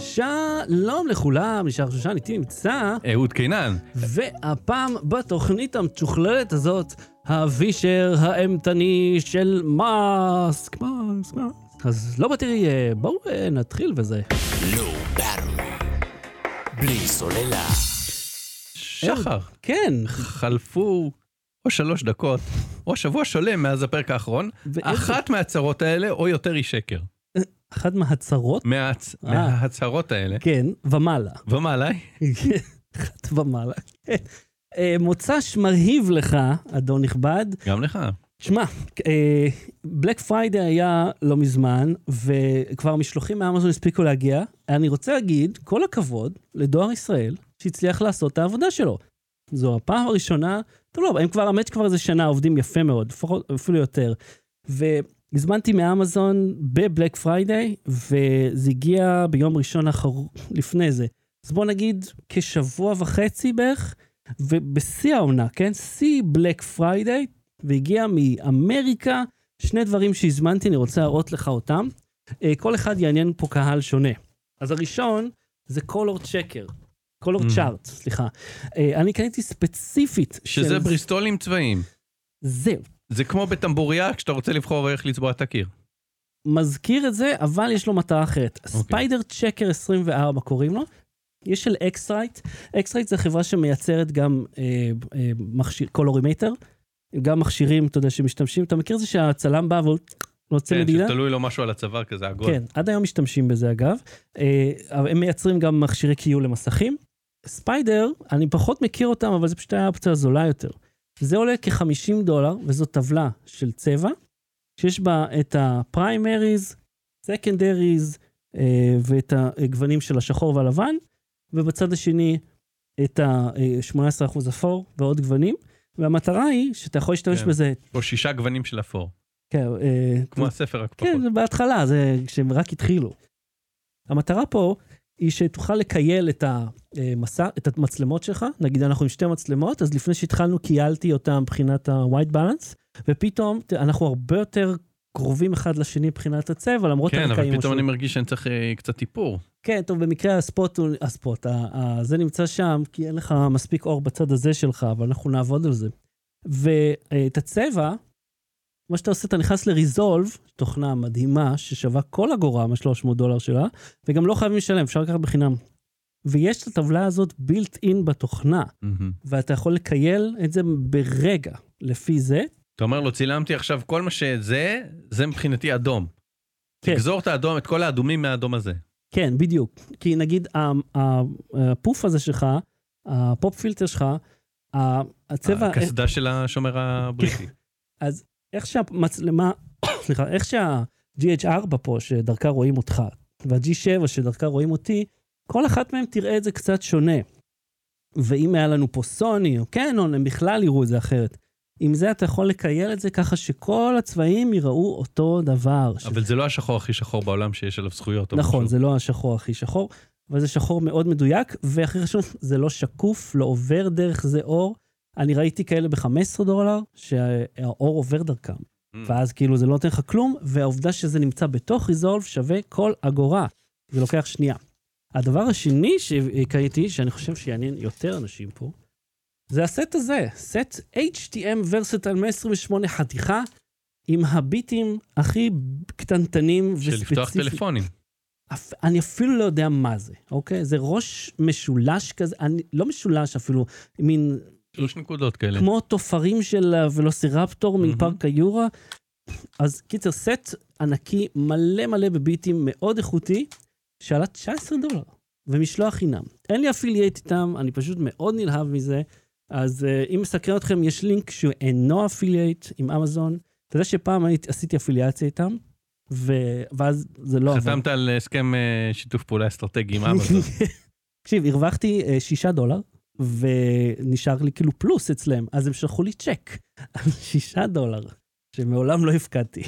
שלום לכולם, נשאר שושן, איתי נמצא, אהוד קינן. והפעם בתוכנית המצ'וכללת הזאת, הווישר האימתני של מאסק, מאסק, מאסק. אז לא בתראי, אה, בואו אה, נתחיל וזה. בלי סוללה. שחר, כן, חלפו או שלוש דקות, או שבוע שלם מאז הפרק האחרון, ואיזה- אחת מההצהרות האלה, או יותר היא שקר. אחת מההצהרות, מההצ- אה. מההצהרות האלה. כן, ומעלה. ומעלה, אחת ומעלה, כן. אה, מוצ"ש מרהיב לך, אדון נכבד. גם לך. שמע, בלק פריידי היה לא מזמן, וכבר משלוחים מאמזון הספיקו להגיע. אני רוצה להגיד, כל הכבוד לדואר ישראל, שהצליח לעשות את העבודה שלו. זו הפעם הראשונה, טוב, לא, הם כבר, האמת שכבר איזה שנה עובדים יפה מאוד, לפחות, אפילו יותר. והזמנתי מאמזון בבלק פריידיי, וזה הגיע ביום ראשון האחרון, לפני זה. אז בוא נגיד כשבוע וחצי בערך, ובשיא העונה, כן? שיא בלק פריידיי, והגיע מאמריקה. שני דברים שהזמנתי, אני רוצה להראות לך אותם. אה, כל אחד יעניין פה קהל שונה. אז הראשון זה קולור צ'קר. קולור Mm. צ'ארט, סליחה. אה, אני קניתי ספציפית. שזה של- בריסטול עם צבעים. זהו. זה כמו בטמבוריה, כשאתה רוצה לבחור איך לצבוע את הקיר. מזכיר את זה, אבל יש לו מטרה אחרת. אוקיי. ספיידר צ'קר 24 קוראים לו. יש של אקסרייט. אקסרייט זה חברה שמייצרת גם אה, אה, מכשיר, קולורימטר. גם מכשירים, אתה יודע, שמשתמשים. אתה מכיר את זה שהצלם בא והוא לא רוצה כן, מדידה? שתלוי לו משהו על הצוואר כזה עגול. כן, עד היום משתמשים בזה אגב. אה, אבל הם מייצרים גם מכשירי קיול למסכים. ספיידר, אני פחות מכיר אותם, אבל זו פשוט הייתה האופציה הזולה יותר. זה עולה כ-50 דולר, וזו טבלה של צבע, שיש בה את הפריימריז, סקנדריז, אה, ואת הגוונים של השחור והלבן, ובצד השני את ה-18% אפור ועוד גוונים. והמטרה היא שאתה יכול להשתמש כן. בזה, או שישה גוונים של אפור. כן, אה, כמו הספר רק פחות. כן, זה בהתחלה, זה כשהם רק התחילו. המטרה פה היא שתוכל לקייל את המסע, את המצלמות שלך, נגיד אנחנו עם שתי מצלמות, אז לפני שהתחלנו קיילתי אותם מבחינת ה-white balance, ופתאום ת- אנחנו הרבה יותר קרובים אחד לשני מבחינת הצבע, למרות כן, הרקעים אבל פתאום אני השונים. מרגיש שאני צריך אה, קצת איפור. כן, טוב, במקרה הספוט, הוא- הספוט, ה- ה- זה נמצא שם, כי אין לך מספיק אור בצד הזה שלך, אבל אנחנו נעבוד על זה. ואת הצבע, מה שאתה עושה, אתה נכנס לריזולב, תוכנה מדהימה ששווה כל אגורה מה-300 דולר שלה, וגם לא חייבים לשלם, אפשר לקחת בחינם. ויש את הטבלה הזאת built in בתוכנה, מהמם. ואתה יכול לקייל את זה ברגע לפי זה. אתה אומר לו, צילמתי עכשיו כל מה שזה, זה מבחינתי אדום. כן. תגזור את האדום, את כל האדומים מהאדום הזה. כן, בדיוק. כי נגיד ה- ה- הפוף הזה שלך, הפופ פילטר שלך, ה- הצבע... הקסדה של השומר כן. הבריטי. איך שהמצלמה, סליחה, איך שה-GH4 פה, שדרכה רואים אותך, וה-G7 שדרכה רואים אותי, כל אחת מהן תראה את זה קצת שונה. ואם היה לנו פה סוני או קנון, הם בכלל יראו את זה אחרת. עם זה אתה יכול לקייל את זה ככה שכל הצבעים ייראו אותו דבר. אבל זה לא השחור הכי שחור בעולם שיש עליו זכויות. או נכון, משהו. זה לא השחור הכי שחור, אבל זה שחור מאוד מדויק, והכי חשוב, זה לא שקוף, לא עובר דרך זה אור. אני ראיתי כאלה ב-15 דולר, שהאור עובר דרכם. Mm. ואז כאילו זה לא נותן לך כלום, והעובדה שזה נמצא בתוך ריזולב שווה כל אגורה. זה לוקח שנייה. הדבר השני שקראתי, שאני חושב שיעניין יותר אנשים פה, זה הסט הזה, סט HTM ורסטל 128 חתיכה, עם הביטים הכי קטנטנים של לפתוח וספציפיים. טלפונים. אפ- אני אפילו לא יודע מה זה, אוקיי? זה ראש משולש כזה, אני לא משולש אפילו, מין שלוש נקודות כאלה. כמו תופרים של הוולוסירפטור מהמם. מפארק היורה. אז קיצר, סט ענקי מלא מלא בביטים מאוד איכותי, שעלה 19 דולר, ומשלוח חינם. אין לי אפילייט איתם, אני פשוט מאוד נלהב מזה. אז uh, אם מסקרן אתכם, יש לינק שהוא אינו אפילייט עם אמזון. אתה יודע שפעם אני עשיתי אפיליאציה איתם, ו... ואז זה לא עבד. חתמת על הסכם אה, שיתוף פעולה אסטרטגי עם אמזון. תקשיב, הרווחתי אה, שישה דולר, ונשאר לי כאילו פלוס אצלם, אז הם שלחו לי צ'ק על שישה דולר, שמעולם לא הפקדתי.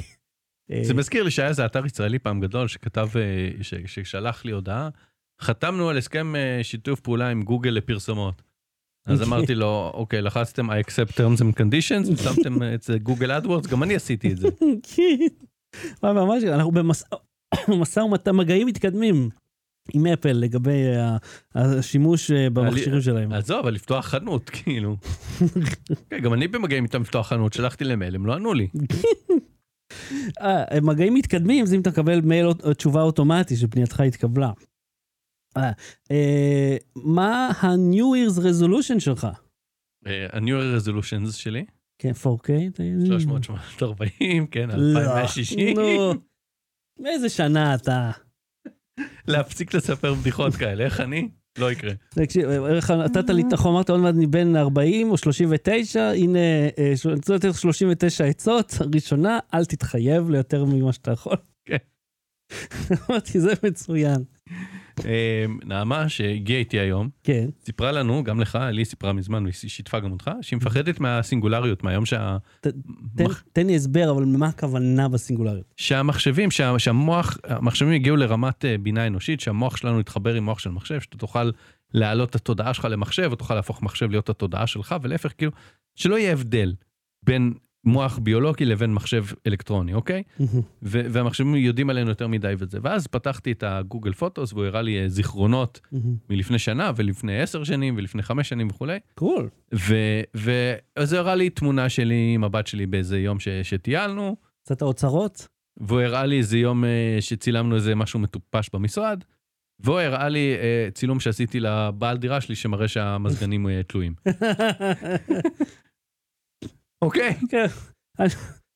אה, זה מזכיר לי שהיה איזה אתר ישראלי פעם גדול שכתב, אה, ש- ששלח לי הודעה, חתמנו על הסכם אה, שיתוף פעולה עם גוגל לפרסומות. אז אוקיי. אמרתי לו, אוקיי, לחצתם I accept terms and conditions, ושמתם אה, את זה גוגל אדוורדס, גם אני עשיתי את זה. כן. מה, ממש, אנחנו במשא ומתן מגעים מתקדמים. עם אפל לגבי ה- השימוש אה, במכשירים שלהם. עזוב, אבל לפתוח חנות, כאילו. כן, גם אני במגעים איתם לפתוח חנות, שלחתי למייל, הם לא ענו לי. אה, מגעים מתקדמים זה אם אתה מקבל מייל או- או תשובה אוטומטית שפנייתך התקבלה. אה, אה, מה ה-New Year's Resolution שלך? אה, ה-New Resolutions שלי, כן, 4K? אתה- 340, כן, לא. 2160, נו. מאיזה שנה אתה? להפסיק לספר בדיחות כאלה, איך אני? לא יקרה. תקשיב, איך נתת לי את החום, אמרת עוד מעט אני בן 40 או 39, הנה, אה, ש- אני רוצה לתת לך 39 עצות, ראשונה, אל תתחייב ליותר ממה שאתה יכול. כן. אמרתי, זה מצוין. אה, נעמה, שהגיעה איתי היום, כן, סיפרה לנו, גם לך, לי היא סיפרה מזמן, והיא שיתפה גם אותך, שהיא מפחדת מהסינגולריות, מהיום שה... ת- תן- מח- תן לי הסבר, אבל מה הכוונה בסינגולריות? שהמחשבים, שה, שהמוח, המחשבים הגיעו לרמת אה, בינה אנושית, שהמוח שלנו יתחבר עם מוח של מחשב, שאתה תוכל להעלות את התודעה שלך למחשב, או תוכל להפוך מחשב להיות התודעה שלך, ולהפך, כאילו, שלא יהיה הבדל בין מוח ביולוגי לבין מחשב אלקטרוני, אוקיי? ו- והמחשבים יודעים עלינו יותר מדי וזה. ואז פתחתי את הגוגל פוטוס, והוא הראה לי אה, זיכרונות מלפני שנה, ולפני עשר שנים, ולפני חמש שנים וכולי. קול. ו- ו- אז הוא הראה לי תמונה שלי עם הבת שלי באיזה יום ש- שטיילנו, קצת האוצרות? והוא הראה לי איזה יום אה, שצילמנו איזה משהו מטופש במשרד, והוא הראה לי אה, צילום שעשיתי לבעל דירה שלי שמראה שהמזגנים אה, תלויים. אוקיי, כן.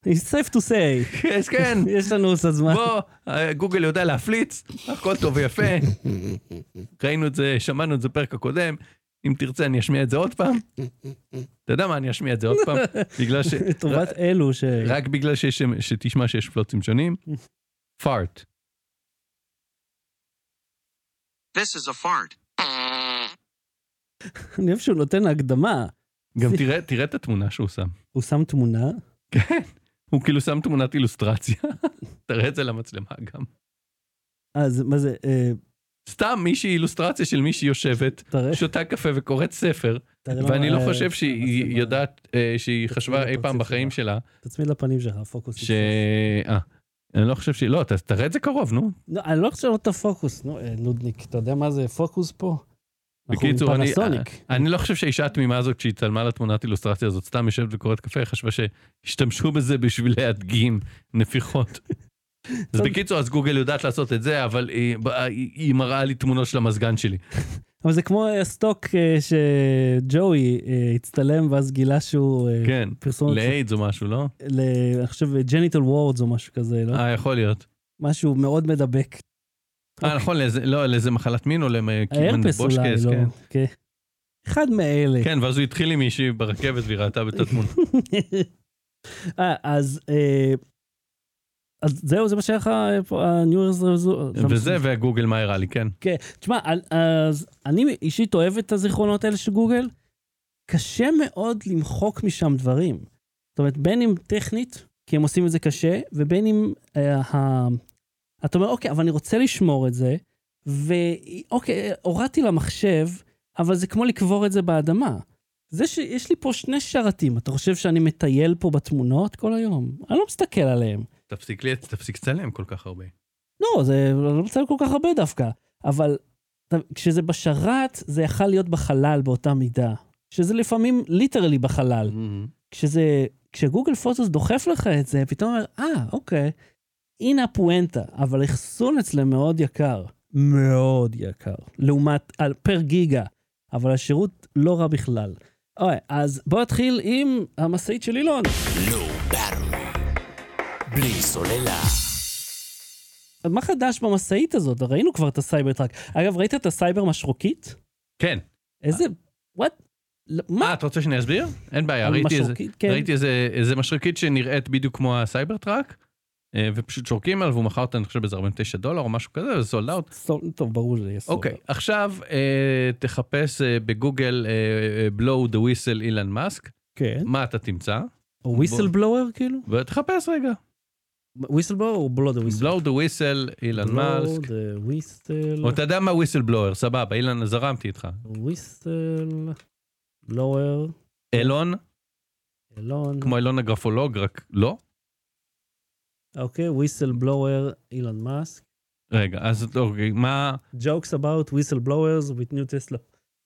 It's safe to say, אז כן, יש לנו קצת זמן. בוא, אה, גוגל יודע להפליץ, הכל טוב ויפה, ראינו את זה, שמענו את זה בפרק הקודם, אם תרצה אני אשמיע את זה עוד פעם. אתה יודע מה, אני אשמיע את זה עוד פעם, בגלל ש... לטובת אלו ש... רק בגלל שיש, שתשמע שיש פלוצים שונים. פארט. This is a fart. אני אוהב שהוא נותן הקדמה. גם תראה, תראה את התמונה שהוא שם. הוא שם תמונה, כן, הוא כאילו שם תמונת אילוסטרציה. תראה את זה למצלמה גם. אז מה זה, אה, סתם מישהי אילוסטרציה של מישהי יושבת, תראה, שותה קפה וקוראת ספר, תראה לנו, ואני לא אה, חושב שהיא המצלמה. יודעת, אה, שהיא תצמיד חשבה אי פעם לפרצוף בחיים שלה, תצמיד לפנים שלך, הפוקוס. ש... אה, אני לא חושב שהיא... לא, ת- תראה את זה קרוב, נו. לא, אני לא רוצה לראות את הפוקוס, נו, אה, נודניק, אתה יודע מה זה פוקוס פה? בקיצור, אני, אנחנו עם פנסוניק. אני לא חושב שהאישה התמימה הזאת, כשהיא צלמה לתמונת אילוסטרציה הזאת, סתם יושבת וקוראת קפה, היא חשבה שהשתמשו בזה בשביל להדגים נפיחות. אז טוב. בקיצור, אז גוגל יודעת לעשות את זה, אבל היא, היא, היא מראה לי תמונות של המזגן שלי. אבל זה כמו אה, סטוק אה, שג'וי אה, הצטלם ואז גילה שהוא... אה, כן, פרסומת, לאיידס או משהו, לא? ל- אני חושב ג'ניטל וורדס או משהו כזה, לא? אה, יכול להיות. משהו מאוד מדבק. אה, נכון, לאיזה- לא, לאיזה מחלת מין או למנדבושקס, ההרפס אוקיי. אה, אולי, לא? כן. כן. אחד מאלה. כן, ואז הוא התחיל עם מישהי ברכבת והיא ראתה את התמונה. אה, אז... אה, אז זהו, זה מה שהיה לך אה, פה, ה-New Year's Resolution. וזה, והגוגל מה הראה לי, כן. תשמע, על- אז אני אישית אוהב את הזיכרונות האלה של גוגל. קשה מאוד למחוק משם דברים. זאת אומרת, בין אם טכנית, כי הם עושים את זה קשה, ובין אם... אה, ה... אתה אומר, אוקיי, אבל אני רוצה לשמור את זה, ואוקיי, הורדתי למחשב, אבל זה כמו לקבור את זה באדמה. זה שיש לי פה שני שרתים, אתה חושב שאני מטייל פה בתמונות כל היום? אני לא מסתכל עליהם. תפסיק לי- תפסיק לצלם כל כך הרבה. לא, זה לא מצלם כל כך הרבה דווקא, אבל אתה- כשזה בשרת, זה יכול להיות בחלל באותה מידה. שזה לפעמים ליטרלי בחלל. כשזה, כשגוגל פוטוס דוחף לך את זה, פתאום אומר, אה, אוקיי, הנה הפואנטה, אבל אחסון אצלם מאוד יקר. מאוד יקר. לעומת, על, פר גיגה, אבל השירות לא רע בכלל. אוי, אז בוא נתחיל עם המשאית של אילון. Low Battery. לא בלי סוללה. אז מה חדש במשאית הזאת? ראינו כבר את הסייבר טראק. אגב, ראית את הסייבר משרוקית? כן. איזה... וואט? אה, מה? אתה רוצה שאני אסביר? אין בעיה, אה, ראיתי איזה... משרוקית, כן. ראיתי איזה, איזה משרקית שנראית בדיוק כמו הסייבר טראק, אה, ופשוט שורקים עליו, והוא מכר אותה, אני חושב, באיזה 49 דולר או משהו כזה, וזה סולד אאוט. סול- טוב, ברור שזה יהיה סולד. אוקיי, עכשיו אה, תחפש אה, בגוגל בלואו דה וויסל אילן מאסק, כן. מה אתה תמצא? או וויסל בלואוור כאילו? ותחפש רגע, וויסל בלואוור או בלו דה וויסל? בלואו דה וויסל אילן מאסק, דה וויסל, או אתה יודע מה וויסל בלואוור, סבבה, אילן, זרמתי איתך. וויסל, בלואוור, אילון, אילון. כמו אילון הגרפולוג, רק לא. אוקיי, וויסל בלואוור, אילון מאסק. רגע, אז אוקיי, מה... Jokes about whistleblowers with new Tesla. כן.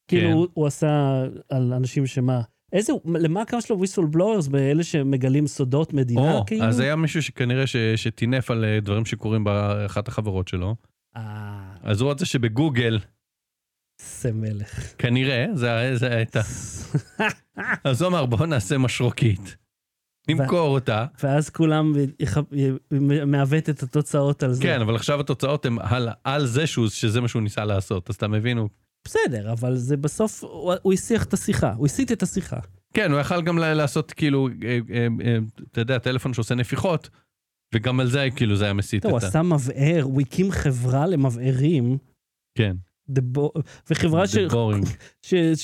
כאילו, הוא- הוא עשה על אנשים שמה... איזה, למה הקו שלו whistleblowers באלה שמגלים סודות מדינה, או, כאילו? אז היה מישהו שכנראה ש- שטינף על אה, דברים שקורים באחת החברות שלו. אה, אז הוא רצה שבגוגל, זה מלך. כנראה, זה זה הייתה. אז הוא אמר, בואו נעשה משרוקית. נמכור אותה. ואז כולם יח- י- מעוות את התוצאות על זה. כן, אבל עכשיו התוצאות הן על, על זה שהוא, שזה מה שהוא ניסה לעשות, אז אתה מבין, הוא... בסדר, אבל זה בסוף, הוא הוא הסיח את השיחה, הוא הסיט את השיחה. כן, הוא יכל גם ל- לעשות כאילו, אה, אה, אה, אתה יודע, טלפון שעושה נפיחות, וגם על זה כאילו זה היה מסית טוב, הוא את ה... עשה מבער, הוא הקים חברה למבערים, כן, The Bo- וחברה ש- The Boring.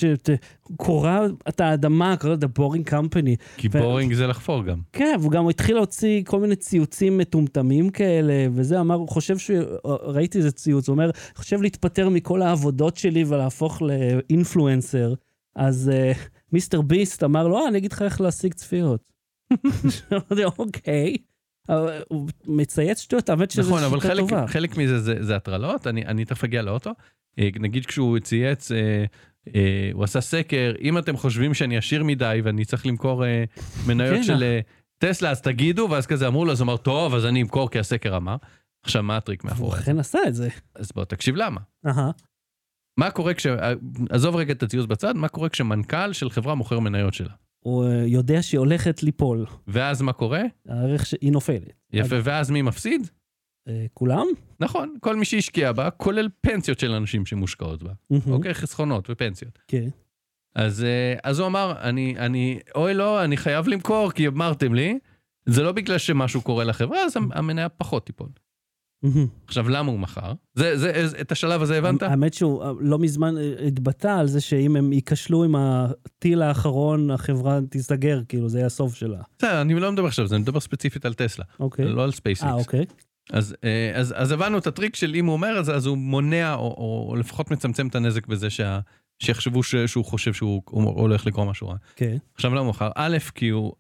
שקורה את האדמה, קוראים לה The Boring Company. כי ו- בורינג זה לחפור גם. כן, והוא גם התחיל להוציא כל מיני ציוצים מטומטמים כאלה, וזה אמר, הוא חושב ש... ראיתי איזה ציוץ, הוא אומר, חושב להתפטר מכל העבודות שלי ולהפוך לאינפלואנסר. אז אה, מיסטר ביסט אמר לו, אה, אני אגיד לך איך להשיג צפיות. אמרתי, אוקיי. אבל הוא מצייץ שטויות, האמת שזו נכון, אבל שיטה חלק, טובה. חלק מזה זה, זה הטרלות, אני, אני תכף אגיע לאוטו. אה, נגיד כשהוא צייץ, אה, אה, הוא עשה סקר, אם אתם חושבים שאני עשיר מדי ואני צריך למכור אה, מניות כן. של אה, טסלה, אז תגידו, ואז כזה אמרו לו, אז הוא אמר, טוב, אז אני אמכור כי הסקר אמר. עכשיו, מה הטריק הוא מאחורי זה? אכן עשה את זה. אז בוא תקשיב למה. אהה. מה קורה כש... אה, עזוב רגע את הציוץ בצד, מה קורה כשמנכ"ל של חברה מוכר מניות שלה? הוא אה, יודע שהיא הולכת ליפול. ואז מה קורה? הערך שהיא נופלת. יפה, ואז מי מפסיד? אה, כולם? נכון, כל מי שהשקיע בה, כולל פנסיות של אנשים שמושקעות בה. Mm-hmm. אוקיי, חסכונות ופנסיות. כן. אז, אה, אז הוא אמר, אני, אני, אוי לא, אני חייב למכור, כי אמרתם לי, זה לא בגלל שמשהו קורה לחברה, אז המ- המניה פחות תיפול. מהמם. עכשיו, למה הוא מכר? זה, זה, זה, את השלב הזה הבנת? האמת שהוא אה, לא מזמן אה, התבטא על זה שאם הם ייכשלו עם הטיל האחרון, החברה תיסגר, כאילו, זה יהיה הסוף שלה. בסדר, אני לא מדבר עכשיו, אני מדבר ספציפית על טסלה, אוקיי. לא על ספייסיקס. אה, אוקיי. אז, אה, אז, אז הבנו את הטריק של אם הוא אומר את זה, אז הוא מונע, או, או, או לפחות מצמצם את הנזק בזה שה, שיחשבו ש, שהוא חושב שהוא הוא הולך לקרוא משהו רע. כן. עכשיו, למה הוא מכר? א', כי הוא,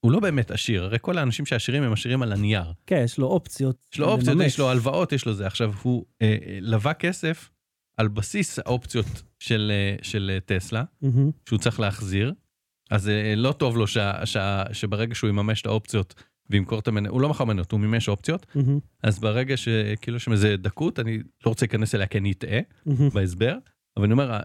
הוא לא באמת עשיר, הרי כל האנשים שעשירים הם עשירים על הנייר. כן, יש לו אופציות. יש לו אופציות, לממש. יש לו הלוואות, יש לו זה. עכשיו, הוא אה, אה, לווה כסף על בסיס האופציות של, אה, של אה, טסלה, מהמם. שהוא צריך להחזיר. אז אה, לא טוב לו שה, שה, שברגע שהוא יממש את האופציות וימכור את המניות, הוא לא מכר מניות, הוא מימש אופציות, מהמם. אז ברגע שכאילו יש שם איזה דקות, אני לא רוצה להיכנס אליה כי אני אטעה מהמם. בהסבר, אבל אני אומר, אה,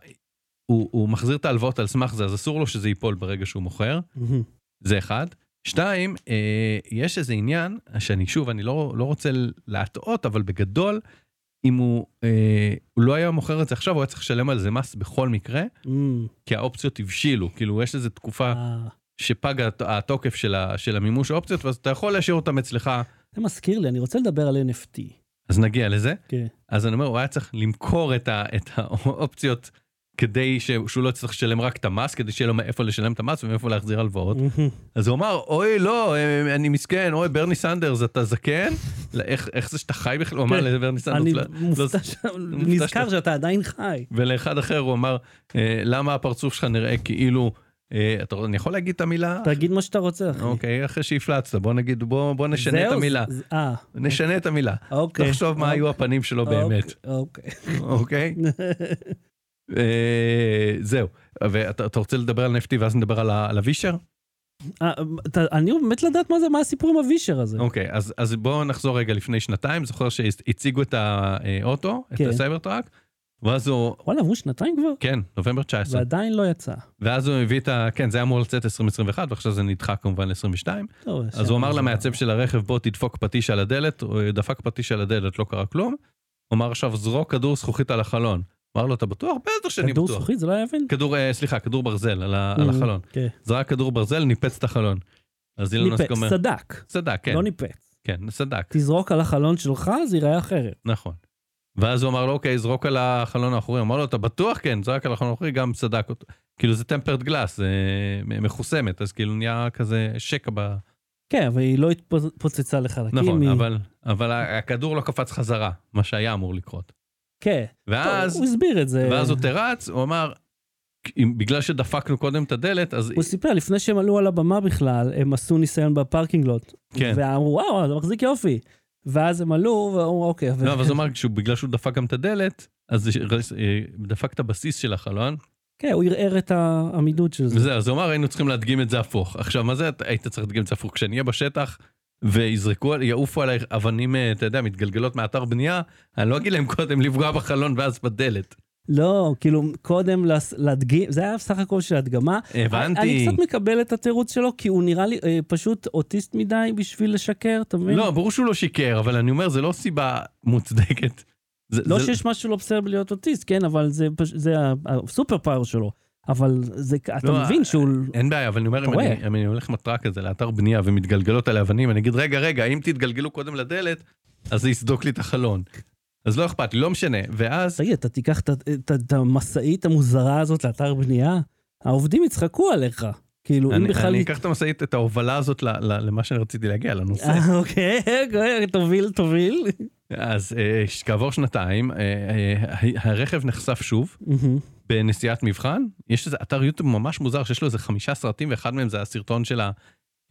הוא, הוא מחזיר את ההלוואות על סמך זה, אז אסור לו שזה ייפול ברגע שהוא מוכר. מהמם. זה אחד. שתיים, אה, יש איזה עניין, שאני שוב, אני לא, לא רוצה להטעות, אבל בגדול, אם הוא, אה, הוא לא היה מוכר את זה עכשיו, הוא היה צריך לשלם על זה מס בכל מקרה, מהמם. כי האופציות הבשילו. כאילו, יש איזו תקופה אה, שפג הת- התוקף של, ה, של המימוש האופציות, ואז אתה יכול להשאיר אותם אצלך, זה מזכיר לי, אני רוצה לדבר על NFT. אז נגיע לזה. כן. אז אני אומר, הוא היה צריך למכור את, ה, את האופציות כדי ש, שהוא לא יצטרך לשלם רק את המס, כדי שיהיה לו מאיפה לשלם את המס ומאיפה להחזיר הלוואות. מהמם. אז הוא אמר, אוי, לא, אה, אני מסכן, אוי, ברני סנדרס, אתה זקן? לא, איך, איך זה שאתה חי בכלל? הוא אמר כן. לברני סנדרס. אני לא- מופתע לא- ש... מופתע נזכר שאתה- שאתה עדיין חי. ולאחד אחר הוא אמר, "אה, למה הפרצוף שלך נראה כאילו... אה, אתה, אני יכול להגיד את המילה? תגיד מה שאתה רוצה, אחי. אוקיי, אחרי שהפלצת, בוא נגיד, בוא, בוא נשנה את זהו, המילה. זה- אה, נשנה את המילה. אוקיי. תחשוב מה היו הפנים שלו באמת, אוקיי. אוקיי? אה, זהו. ואתה אתה רוצה לדבר על נפטי ואז נדבר על ה- על הווישר? אה, אתה- אני מת לדעת מה זה, מה הסיפור עם הווישר הזה. אוקיי, אז, אז בואו נחזור רגע לפני שנתיים, זוכר שהציגו את האוטו, כן. כן. את הסייברטראק, ואז הוא, וואלה, עברו שנתיים כבר? כן, נובמבר 19, ועדיין לא יצא. ואז הוא הביא את ה... כן, זה היה אמור לצאת 2021, ועכשיו זה נדחה כמובן ל-22, טוב, לא אז שם- הוא אמר למעצב של הרכב, בוא תדפוק פטיש על הדלת, הוא דפק פטיש על הדלת, לא קרה כלום, הוא אמר עכשיו, זרוק כדור זכוכית על החלון. אמר לו, אתה בטוח? בטח שאני כדור בטוח. זכוכית, זה לא היה אבן? כדור, אה, סליחה, כדור ברזל על ה- על Mm, החלון. כן. זרק כדור ברזל, ניפץ את החלון. אז אילון מאסק ניפץ, אומר, סדק. צדק, לא כן, לא ניפץ. כן, צדק. תזרוק על החלון שלך, זה ייראה אחרת. נכון. ואז הוא אמר לו, אוקיי, זרוק על החלון האחורי. אמר לו, אתה בטוח? כן, זרק על החלון האחורי, גם צדק אותו. כאילו זה טמפרד גלאס, זה מחוסמת, אז כאילו נהיה כזה שקע ב... כן, אבל היא לא התפוצצה לחלקים. נכון, היא- אבל, אבל הכדור לא קפץ חזרה, מה שהיה אמור לקרות. כן. טוב, ואז, הוא הסביר את זה. ואז הוא תרץ, הוא אמר, "אם- בגלל שדפקנו קודם את הדלת, אז... הוא סיפר, לפני שהם עלו על הבמה בכלל, הם עשו ניסיון בפארקינג לוט. כן. ואמרו, וואו, זה מחזיק יופי. ואז הם עלו, ואמרו, אוקיי, אבל... לא, אבל זה אמר, כשהוא- בגלל שהוא דפק גם את הדלת, אז זה ש- אה, דפק את הבסיס של החלון, כן, הוא ערער את העמידות של זה. וזהו, אז הוא אמר, היינו צריכים להדגים את זה הפוך. עכשיו, מה זה אתה- היית צריך להדגים את זה הפוך? כשנהיה בשטח ויזרקו, על- יעופו עליי אבנים, אה, אתה יודע, מתגלגלות מאתר בנייה, אני לא אגיד להם קודם לפגוע בחלון ואז בדלת. לא, כאילו, קודם לס- להדגים, זה היה סך הכל של הדגמה. הבנתי. אני קצת מקבל את התירוץ שלו, כי הוא נראה לי אה, פשוט אוטיסט מדי בשביל לשקר, אתה מבין? לא, ברור שהוא לא שיקר, אבל אני אומר, זה לא סיבה מוצדקת. זה- לא זה- שיש משהו לא בסדר בלהיות אוטיסט, כן, אבל זה פש- זה ה- הסופר פאוור שלו. אבל זה, אתה לא, מבין שהוא... אין בעיה, אבל אני אומר, אם אתה אני, רואה. אם אני הולך מטרה כזה לאתר בנייה ומתגלגלות על האבנים, אני אגיד, רגע, רגע, אם תתגלגלו קודם לדלת, אז זה יסדוק לי את החלון. אז לא אכפת לי, לא משנה. ואז, תגיד, אתה תיקח את ה- את ה- את המשאית המוזרה הזאת לאתר בנייה? העובדים יצחקו עליך. כאילו, אם אני, בכלל... אני אקח את המשאית, את ההובלה הזאת ל, ל, למה שאני רציתי להגיע, לנושא. אה, אוקיי, אוקיי, תוביל, תוביל. אז אה, ש- כעבור שנתיים, אה, אה, ה- הרכב נחשף שוב מהמם. בנסיעת מבחן. יש איזה אתר יוטיוב ממש מוזר, שיש לו איזה חמישה סרטים, ואחד מהם זה הסרטון של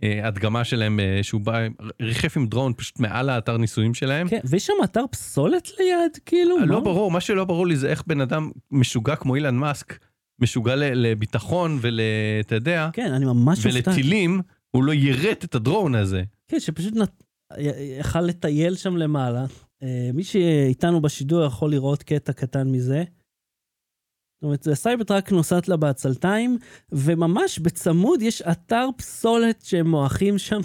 ההדגמה שלהם, אה, שהוא בא, ריחף עם דרון פשוט מעל האתר ניסויים שלהם. כן, ויש שם אתר פסולת ליד, כאילו? לא מה? ברור, מה שלא ברור לי זה איך בן אדם משוגע כמו אילן מאסק, משוגע ל- לביטחון ול... אתה יודע, כן, אני ממש מופתע. ולטילים, הוא לא יירט את הדרון הזה. כן, שפשוט נת... י- יכל לטייל שם למעלה. אה, מי שאיתנו בשידור יכול לראות קטע קטן מזה. זאת אומרת, הסייברטראק נוסעת לה בעצלתיים, וממש בצמוד יש אתר פסולת שהם מועכים שם.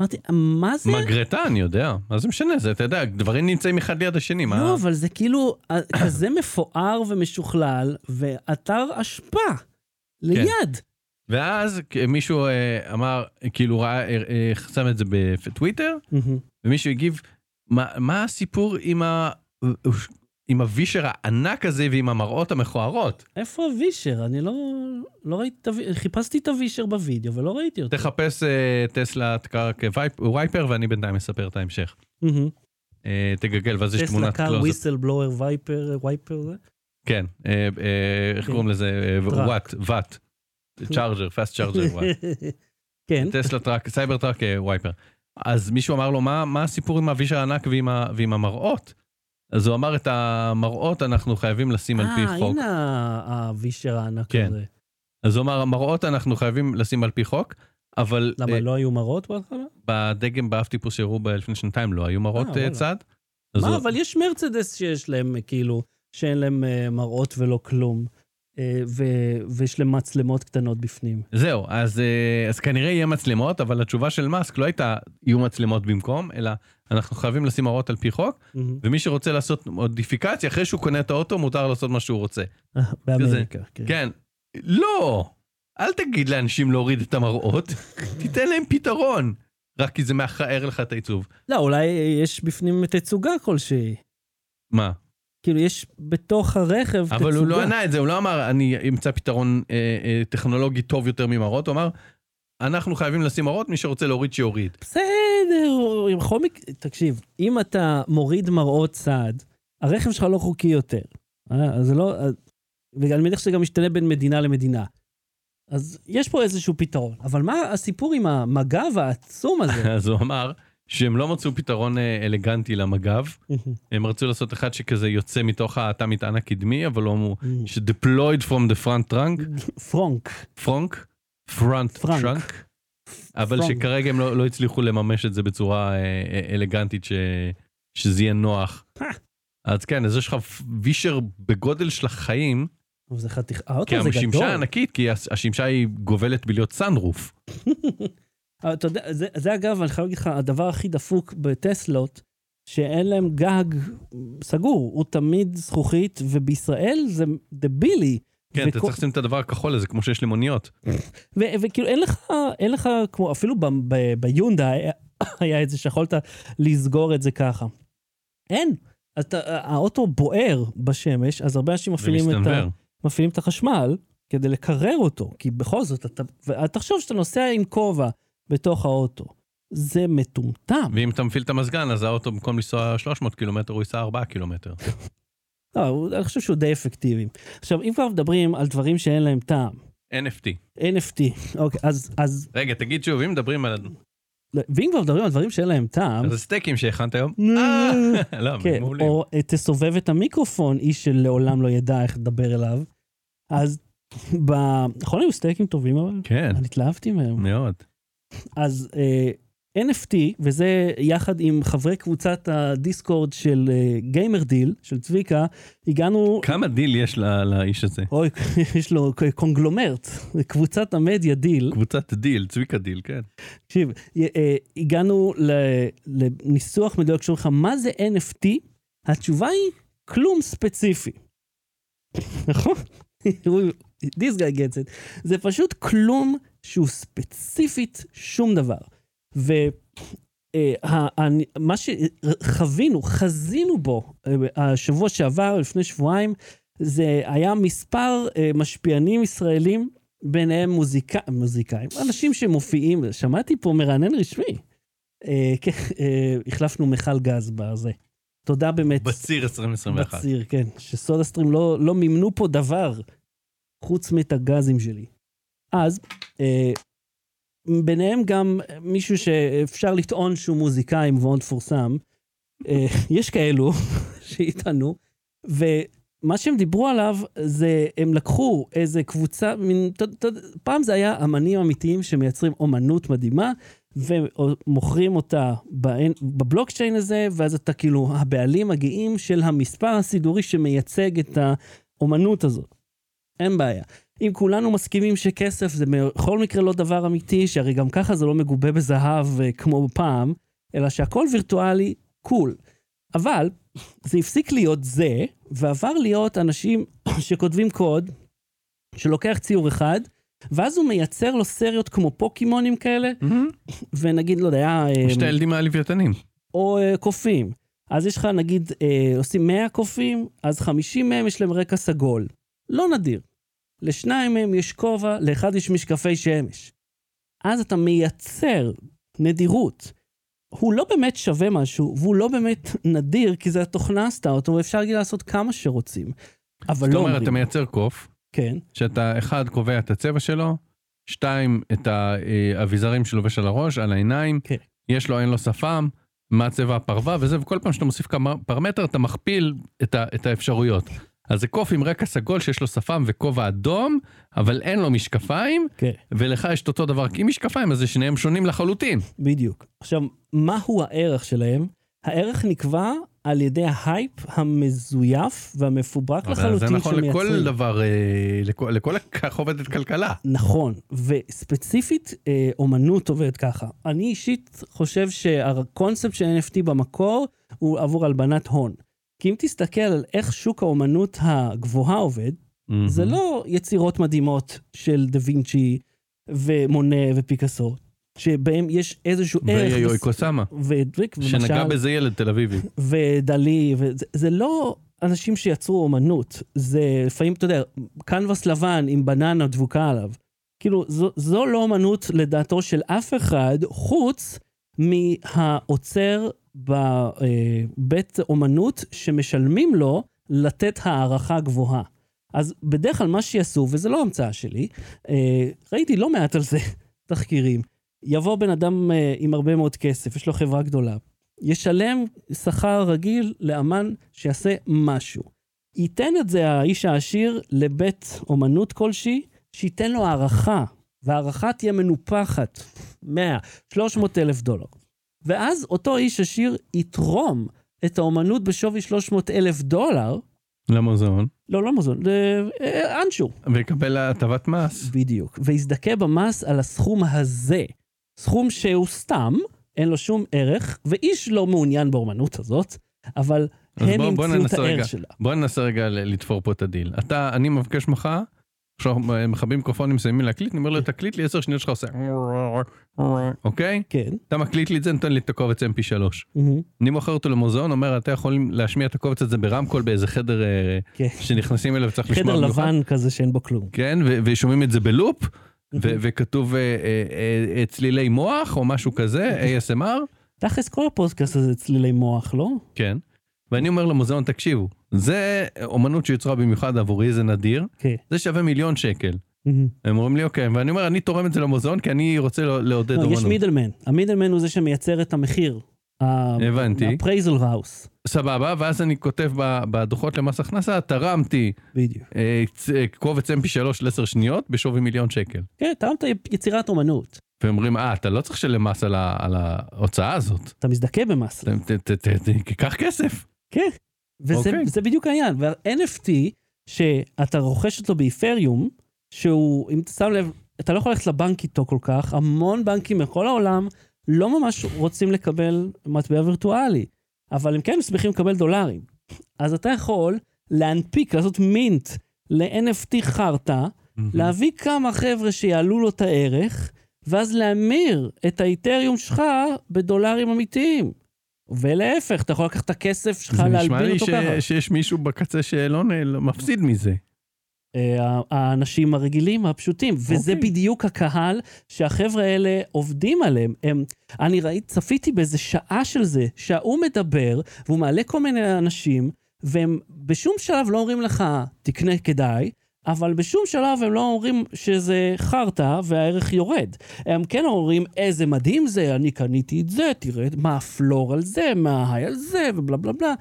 אמרתי, מה זה? מה גרטה, אני יודע. מה זה משנה? זה, אתה יודע, דברים נמצאים אחד ליד השני, מה... לא, אבל זה כאילו אה, כזה מפואר ומשוכלל, ואתר אשפה. כן. ליד. ואז כ- מישהו אה, אמר, כאילו ראה, אה, אה, שם את זה בטוויטר, מהמם. ומישהו הגיב, מה, מה הסיפור עם ה... עם הווישר הענק הזה ועם המראות המכוערות. איפה הווישר? אני לא, לא ראיתי את הווישר, חיפשתי את הווישר בווידאו ולא ראיתי אותו. תחפש אה, טסלה קאר כווייפר ואני בינתיים אספר את ההמשך. מהמם. אה, תגגל, ואז יש טסלה תמונת קאר, קלוז-אפ. וויסל בלואר, וייפר, וייפר זה? כן, אה, אה, איך כן. קוראים לזה? אה, טראק. וואט, וואט. צ'ארג'ר, פאסט צ'ארג'ר וואט. כן, טסלה טראק, סייבר טראק אה, וייפר. אז מישהו אמר לו, מה מה הסיפור עם האביש הענק ועם ה- ועם המראות? אז הוא אמר, את המראות אנחנו חייבים לשים על פי אה, חוק. הנה ה- הווישר הענק כן. הזה. אז הוא אמר, המראות אנחנו חייבים לשים על פי חוק, אבל למה, אה, לא היו מראות בהתחלה? בדגם באף טיפוס שהראו ב- לפני שנתיים לא היו מראות וואלה. אה, צד. אז מה, הוא- אבל יש מרצדס שיש להם, אה, כאילו, שאין להם אה, מראות ולא כלום, אה, ו- ויש להם מצלמות קטנות בפנים. זהו, אז, אה, אז כנראה יהיה מצלמות, אבל התשובה של מאסק לא הייתה יהיו מצלמות במקום, אלא אנחנו חייבים לשים מראות על פי חוק, מהמם. ומי שרוצה לעשות מודיפיקציה, אחרי שהוא קונה את האוטו, מותר לעשות מה שהוא רוצה. אה, באמריקה, כן. כן. לא! אל תגיד לאנשים להוריד את המראות, תיתן להם פתרון, רק כי זה מכער לך את העיצוב. לא, אולי אה, יש בפנים תצוגה כלשהי. מה? כאילו, יש בתוך הרכב תצוגה. אבל הוא לא ענה את זה, הוא לא אמר, אני אמצא פתרון אה, אה, טכנולוגי טוב יותר ממראות, הוא אמר, אנחנו חייבים לשים מראות, מי שרוצה להוריד, שיוריד. בסדר, בכל מקרה, תקשיב, אם אתה מוריד מראות צעד, הרכב שלך לא חוקי יותר. אה, אז זה לא... אז- ואני מניח שזה גם משתנה בין מדינה למדינה. אז יש פה איזשהו פתרון, אבל מה הסיפור עם המג"ב העצום הזה? אז הוא אמר שהם לא מצאו פתרון אה, אלגנטי למג"ב, הם רצו לעשות אחד שכזה יוצא מתוך התא מטען הקדמי, אבל לא אמרו, ש-deployed from the front trunk, פרונק, פרונק, front פרנק. trunk, אבל פרונק. שכרגע הם לא לא הצליחו לממש את זה בצורה אה, אה, אלגנטית, ש- שזה יהיה נוח. אה. אז כן, אז יש לך וישר בגודל של החיים, אבל זה חתיך, האוטו כי זה השמשה גדול. ענקית, כי הש- השמשה היא גובלת בלהיות סאנרוף. אבל אה, אתה יודע, זה, זה אגב, אני חייב להגיד לך, הדבר הכי דפוק בטסלות, שאין להם גג סגור, הוא תמיד זכוכית, ובישראל זה דבילי. כן, אתה וכל- צריך לשים את הדבר הכחול הזה, כמו שיש למוניות. ו- וכאילו אין לך, אין לך כמו, אפילו ב- ב- ביונדאי היה את זה שיכולת לסגור את זה ככה. אין. אז אתה, אה, האוטו בוער בשמש, אז הרבה אנשים זה מפעילים את, ה, מסתנוור. מפעילים את החשמל כדי לקרר אותו, כי בכל זאת, אתה, ותחשוב שאתה נוסע עם כובע בתוך האוטו. זה מטומטם. ואם אתה מפעיל את המזגן, אז האוטו במקום לנסוע 300 קילומטר, הוא ייסע 4 קילומטר. לא, הוא- אני חושב שהוא די אפקטיבי. עכשיו, אם כבר מדברים על דברים שאין להם טעם, NFT. NFT, אוקיי, אז, אז רגע, תגיד שוב, אם מדברים על... לא, ואם כבר מדברים על דברים שאין להם טעם, אז הסטייקים שהכנת היום, נו, נו, נו. לא, הם כן, מעולים. או אה, תסובב את המיקרופון, איש שלעולם לא ידע איך לדבר אליו. אז, ב- נכון היו סטייקים טובים אבל? כן, אני התלהבתי מהם. מאוד. אז אה, NFT, וזה יחד עם חברי קבוצת הדיסקורד של גיימר דיל, של צביקה, הגענו... כמה דיל יש לא- לאיש הזה? אוי, יש לו ק- קונגלומרט, קבוצת המדיה דיל. קבוצת דיל, צביקה דיל, כן. תקשיב, י- אה, הגענו ל- לניסוח מדויק שאומרים לך, מה זה NFT? התשובה היא, כלום ספציפי. נכון? This guy gets it. זה פשוט כלום שהוא ספציפית שום דבר. ו... אה, ה- ה- מה שחווינו, חזינו בו אה, השבוע שעבר, לפני שבועיים, זה היה מספר אה, משפיענים ישראלים ביניהם מוזיקא, מוזיקאים, אנשים שמופיעים, שמעתי פה מרענן רשמי. אה, כן, אה, החלפנו מכל גז בזה. תודה באמת. בציר 2021. בציר, כן. שסודה סטרים לא, לא מימנו פה דבר חוץ מאת הגזים שלי. אז, אה, ביניהם גם מישהו שאפשר לטעון שהוא מוזיקאי מאוד מפורסם. אה, יש כאלו שיטענו, ומה שהם דיברו עליו זה, הם לקחו איזה קבוצה, מין, ת, ת, פעם זה היה אמנים אמיתיים שמייצרים אומנות מדהימה, ומוכרים אותה באנ- בבלוקצ'יין הזה, ואז אתה כאילו הבעלים מגיעים של המספר הסידורי שמייצג את האומנות הזאת. אין בעיה. אם כולנו מסכימים שכסף זה בכל מקרה לא דבר אמיתי, שהרי גם ככה זה לא מגובה בזהב אה, כמו פעם, אלא שהכל וירטואלי, קול. אבל זה הפסיק להיות זה, ועבר להיות אנשים שכותבים קוד, שלוקח ציור אחד, ואז הוא מייצר לו סריות כמו פוקימונים כאלה, מהמם. ונגיד, לא יודע, היה, אה, שתי ילדים מהלוויתנים. או אה, קופים. אז יש לך, נגיד, אה, עושים 100 קופים, אז 50 מהם יש להם רקע סגול. לא נדיר. לשניים מהם יש כובע, לאחד יש משקפי שמש. אז אתה מייצר נדירות. הוא לא באמת שווה משהו, והוא לא באמת נדיר, כי זה התוכנה עשתה אותו, ואפשר להגיד לעשות כמה שרוצים. אבל זאת לא אומרת, אומרים. אתה מייצר קוף, כן, שאתה, אחד, קובע את הצבע שלו, שתיים, את האביזרים שלובש על הראש, על העיניים, כן. יש לו, אין לו שפם, מה צבע הפרווה וזה, וכל פעם שאתה מוסיף כמה פרמטר, אתה מכפיל את, ה, את האפשרויות. אז זה קוף עם רקע סגול שיש לו שפם וכובע אדום, אבל אין לו משקפיים, כן. ולך יש את אותו דבר עם משקפיים, אז זה שניהם שונים לחלוטין. בדיוק. עכשיו, מהו הערך שלהם? הערך נקבע על ידי ההייפ המזויף והמפוברק אבל לחלוטין זה נכון לכל שמייצרים. דבר, אה, לכל, לכל כך עובדת כלכלה. נכון, וספציפית אה, אומנות עובדת ככה. אני אישית חושב שהקונספט של NFT במקור הוא עבור הלבנת הון. כי אם תסתכל על איך שוק האומנות הגבוהה עובד, זה לא יצירות מדהימות של דה וינצ'י ומונה ופיקאסו, שבהם יש איזשהו ערך... ויואי בס- קוסאמה, ודריק, שנגע למשל, בזה ילד תל אביבי. ודלי, וזה, זה לא אנשים שיצרו אומנות, זה לפעמים, אתה יודע, קנבס לבן עם בננה דבוקה עליו. כאילו, זו, זו לא אומנות לדעתו של אף אחד, חוץ מהעוצר בבית אומנות שמשלמים לו לתת הערכה גבוהה. אז בדרך כלל מה שיעשו, וזה לא המצאה שלי, אה, ראיתי לא מעט על זה תחקירים, יבוא בן אדם אה, עם הרבה מאוד כסף, יש לו חברה גדולה, ישלם שכר רגיל לאמן שיעשה משהו. ייתן את זה האיש העשיר לבית אומנות כלשהי, שייתן לו הערכה, וההערכה תהיה מנופחת, 100, 300 אלף דולר. ואז אותו איש עשיר יתרום את האומנות בשווי 300 אלף דולר, למוזיאון, לא, לא מזון, אה, אה, אנשהו. ויקבל הטבת מס. בדיוק. ויזדכה במס על הסכום הזה. סכום שהוא סתם, אין לו שום ערך, ואיש לא מעוניין באומנות הזאת, אבל אז הם בוא- בוא המציאו את ננסה רגע. הערך שלה. בוא ננסה רגע ל- לתפור פה את הדיל. אתה, אני מבקש ממך, כשאנחנו מכבים מיקרופונים מסיימים להקליט, אני אומר לו, תקליט לי 10 שניות שלך עושה, אוקיי? כן. אתה מקליט לי את זה, נותן לי את הקובץ mp3. מהמם. אני מוכר אותו למוזיאון, אומר, אתה יכול להשמיע את הקובץ הזה ברמקול באיזה חדר אה, כן. שנכנסים אליו וצריך לשמוע. חדר במיוחד. לבן כזה שאין בו כלום. כן, ו- ושומעים את זה בלופ, ו- וכתוב אה, אה, אה, אה, צלילי מוח או משהו כזה, ASMR, תכלס כל הפודקאסט הזה צלילי מוח, לא? כן. ואני אומר למוזיאון, תקשיבו, זה אומנות שיוצרה במיוחד עבורי, זה נדיר, כן. זה שווה מיליון שקל. מהמם. הם אומרים לי, אוקיי, ואני אומר, אני תורם את זה למוזיאון, כי אני רוצה לא- לעודד לא, אומנות. יש מידלמן. המידלמן הוא זה שמייצר את המחיר. הבנתי. הפרייזל האוס. סבבה, ואז אני כותב ב- בדוחות למס הכנסה, תרמתי בדיוק. אה, צ- אה, קובץ mp3 ל-10 שניות בשווי מיליון שקל. כן, טעמת יצירת אומנות. והם אומרים, אה, אתה לא צריך לשלם מס על, ה- על ההוצאה הזאת. אתה מזדכה במס. ת- ת- ת- ת- תיקח כסף. כן. וזה אוקיי. זה בדיוק העניין. וה-NFT, שאתה רוכש אותו באיפריום, שהוא, אם אתה שם לב, אתה לא יכול ללכת לבנק איתו כל כך, המון בנקים מכל העולם לא ממש רוצים לקבל מטבע וירטואלי, אבל הם כן שמחים לקבל דולרים. אז אתה יכול להנפיק, לעשות מינט ל-NFT חרטא, להביא כמה חבר'ה שיעלו לו את הערך, ואז להמיר את האיתריום שלך בדולרים אמיתיים. ולהפך, אתה יכול לקחת את הכסף שלך, זה נשמע להלבין לי אותו ש- ככה. שיש מישהו בקצה שלא נ- לא מפסיד מזה. אה, ה- האנשים הרגילים, הפשוטים. וזה אוקיי. בדיוק הקהל שהחבר'ה האלה עובדים עליהם. הם, אני ראיתי, צפיתי באיזה שעה של זה, שההוא מדבר, והוא מעלה כל מיני אנשים, והם בשום שלב לא אומרים לך, תקנה כדאי. אבל בשום שלב הם לא אומרים שזה חרטא והערך יורד. הם כן אומרים, איזה מדהים זה, אני קניתי את זה, תראה מה הפלור על זה, מה היה על זה, ובלה בלה בלה.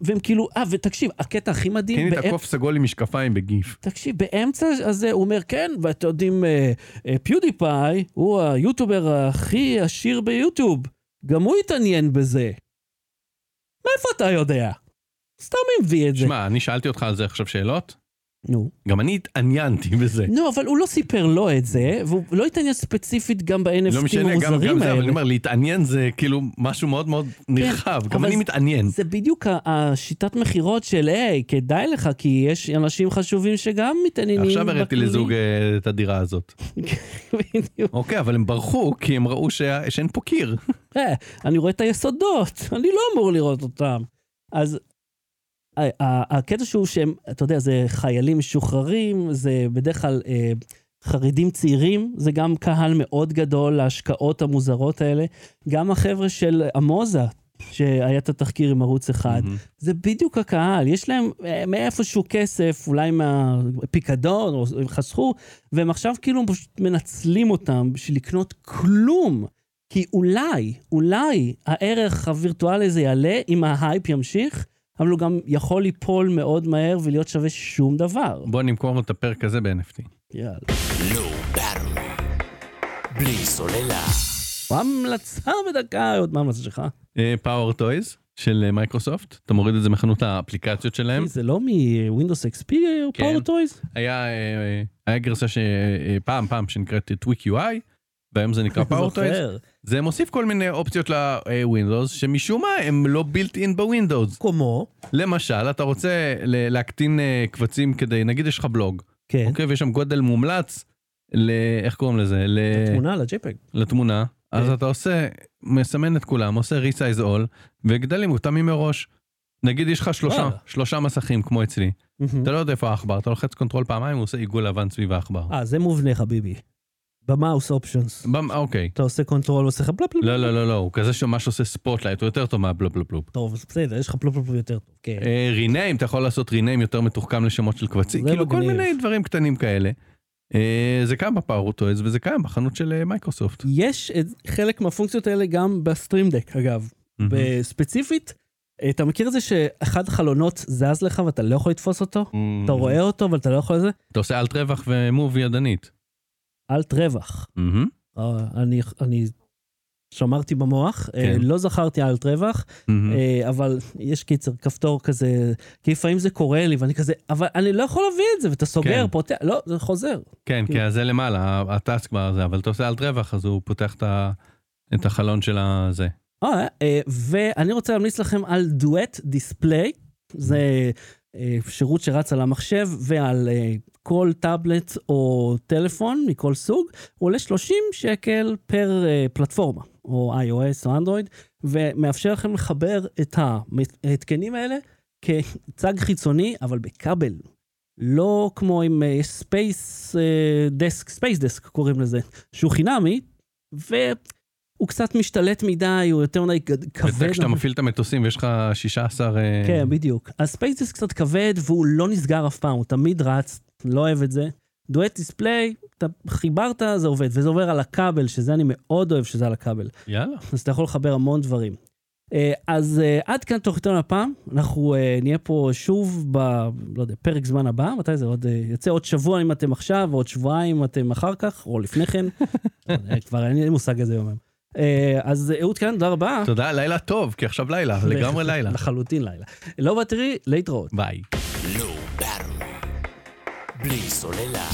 והם כאילו, אה, ותקשיב, הקטע הכי מדהים... קנית בעת- קוף סגול עם משקפיים בגיף. תקשיב, באמצע הזה הוא אומר, כן, ואתם יודעים, אה, אה, פיודיפיי הוא היוטיובר הכי עשיר ביוטיוב. גם הוא התעניין בזה. מאיפה אתה יודע? סתם הביא את זה. שמע, אני שאלתי אותך על זה עכשיו שאלות, נו. גם אני התעניינתי בזה. נו, אבל הוא לא סיפר לו את זה, והוא לא התעניין ספציפית גם ב-NFT לא משנה, גם, המוזרים גם האלה. זה, כן, אבל אני אומר, להתעניין זה כאילו משהו מאוד מאוד נרחב, גם אבל אני זה- מתעניין. זה בדיוק ה- השיטת מכירות של, היי, כדאי לך, כי יש אנשים חשובים שגם מתעניינים. עכשיו הראתי בכללי." לזוג אה, את הדירה הזאת. בדיוק. אוקיי, אבל הם ברחו כי הם ראו שה- שאין פה קיר. אה, אני רואה את היסודות, אני לא אמור לראות אותם. אז ה- ה- הקטע שהוא שהם, אתה יודע, זה חיילים משוחררים, זה בדרך כלל אה, חרדים צעירים, זה גם קהל מאוד גדול להשקעות המוזרות האלה. גם החבר'ה של המוזה, שהיה את התחקיר עם ערוץ אחד, זה בדיוק הקהל, יש להם אה, מאיפשהו כסף, אולי מהפיקדון, או הם חסכו, והם עכשיו כאילו פשוט מנצלים אותם בשביל לקנות כלום. כי אולי, אולי הערך הווירטואלי הזה יעלה אם ההייפ ימשיך, אבל הוא גם יכול ליפול מאוד מהר ולהיות שווה שום דבר. בוא נמכור את הפרק הזה ב-NFT. יאללה. Low Battery. לא בלי סוללה. המלצה בדקה, עוד מה ההמלצה שלך? פאוור טויז אה, של אה, מייקרוסופט, אתה מוריד את זה מחנות האפליקציות שלהם. זה לא מווינדוס XP או כן. פאורטויז? היה אה, אה, היה גרסה שפעם פעם שנקראת טוויק UI, והיום זה נקרא פאוור טויז. זה מוסיף כל מיני אופציות לווינדוס, שמשום מה הם לא בילט אין בווינדוס. כמו? למשל, אתה רוצה ל- להקטין אה, קבצים כדי, נגיד יש לך בלוג, כן. אוקיי, ויש שם גודל מומלץ, ל... איך קוראים לזה? ל... תמונה לג'ייפג. לתמונה, אז כן. אתה עושה, מסמן את כולם, עושה resize all, וגדלים מותאמים מראש. נגיד יש לך שלושה, וואלה. Mm-hmm. שלושה מסכים כמו אצלי, אתה לא יודע איפה העכבר, אתה לוחץ קונטרול פעמיים, הוא עושה עיגול לבן סביב העכבר. אה, זה מובנה חביבי. במאוס אופשונס. במ- אוקיי. אתה עושה קונטרול ועושה לך בלופ בלופ. לא, לא, לא, לא, הוא כזה שממש עושה ספוטלייט, הוא יותר טוב מהבלופ בלופ בלופ. טוב, אז בסדר, יש לך בלופ בלופ יותר טוב. כן. אה. ריניים, אתה יכול לעשות ריניים יותר מתוחכם לשמות של קבצים, זה כאילו כל מגניב. מיני דברים קטנים כאלה. אה, זה קיים בפאורטויז וזה קיים בחנות של אה, מייקרוסופט. יש את- חלק מהפונקציות האלה גם בסטרימדק, אגב. ספציפית, אה, אתה מכיר את זה שאחד החלונות זז לך ואתה לא יכול לתפוס אותו? מהמם. אתה רואה אותו אבל אתה לא יכול לזה? אתה עושה אלט רווח ומוב ידנית. אלט רווח. מהמם. אה, אני- אני שמרתי במוח, אה, כן. Mhm. לא זכרתי אלט רווח, מהמם. אה, אבל יש קיצר כפתור כזה, כי לפעמים זה קורה לי ואני כזה, אבל אני לא יכול להביא את זה, ואתה סוגר, כן. פותח, לא, זה חוזר. כן, כי כאילו. אז זה למעלה, הטאסק בר הזה, אבל אתה עושה אלט רווח, אז הוא פותח את ה- את החלון של הזה. אה, אה, ואני רוצה להמליץ לכם על דואט דיספליי. זה אה, שירות שרץ על המחשב ועל אה, כל טאבלט או טלפון מכל סוג. הוא עולה 30 שקל פר אה, פלטפורמה, או iOS או אנדרואיד, ומאפשר לכם לחבר את ההתקנים האלה כצג חיצוני, אבל בכבל. לא כמו עם אה, ספייס אה, דסק, ספייס דסק קוראים לזה, שהוא חינמי, והוא קצת משתלט מדי, הוא יותר מדי גד- כבד. וזה כשאתה מפעיל את המטוסים ויש לך 16... אה, כן, בדיוק. הספייס זה קצת כבד, והוא לא נסגר אף פעם, הוא תמיד רץ, לא אוהב את זה. דואט דיספליי, אתה חיברת, זה עובד, וזה עובר על הכבל, שזה אני מאוד אוהב שזה על הכבל. יאללה. אז אתה יכול לחבר המון דברים. אה, אז אה, עד כאן תוכניתנו הפעם, אנחנו אה, נהיה פה שוב ב... לא יודע, פרק זמן הבא, מתי זה עוד... אה, יוצא עוד שבוע אם אתם עכשיו, עוד שבועיים אם אתם אחר כך, או לפני כן. לא יודע, כבר אין לי מושג איזה יום היום. אה, אז אהוד כאן, תודה רבה. תודה, לילה טוב, כי עכשיו לילה, לגמרי לילה. לחלוטין לילה. לא בטרי, להתראות. ביי. Low Battery. בלי סוללה.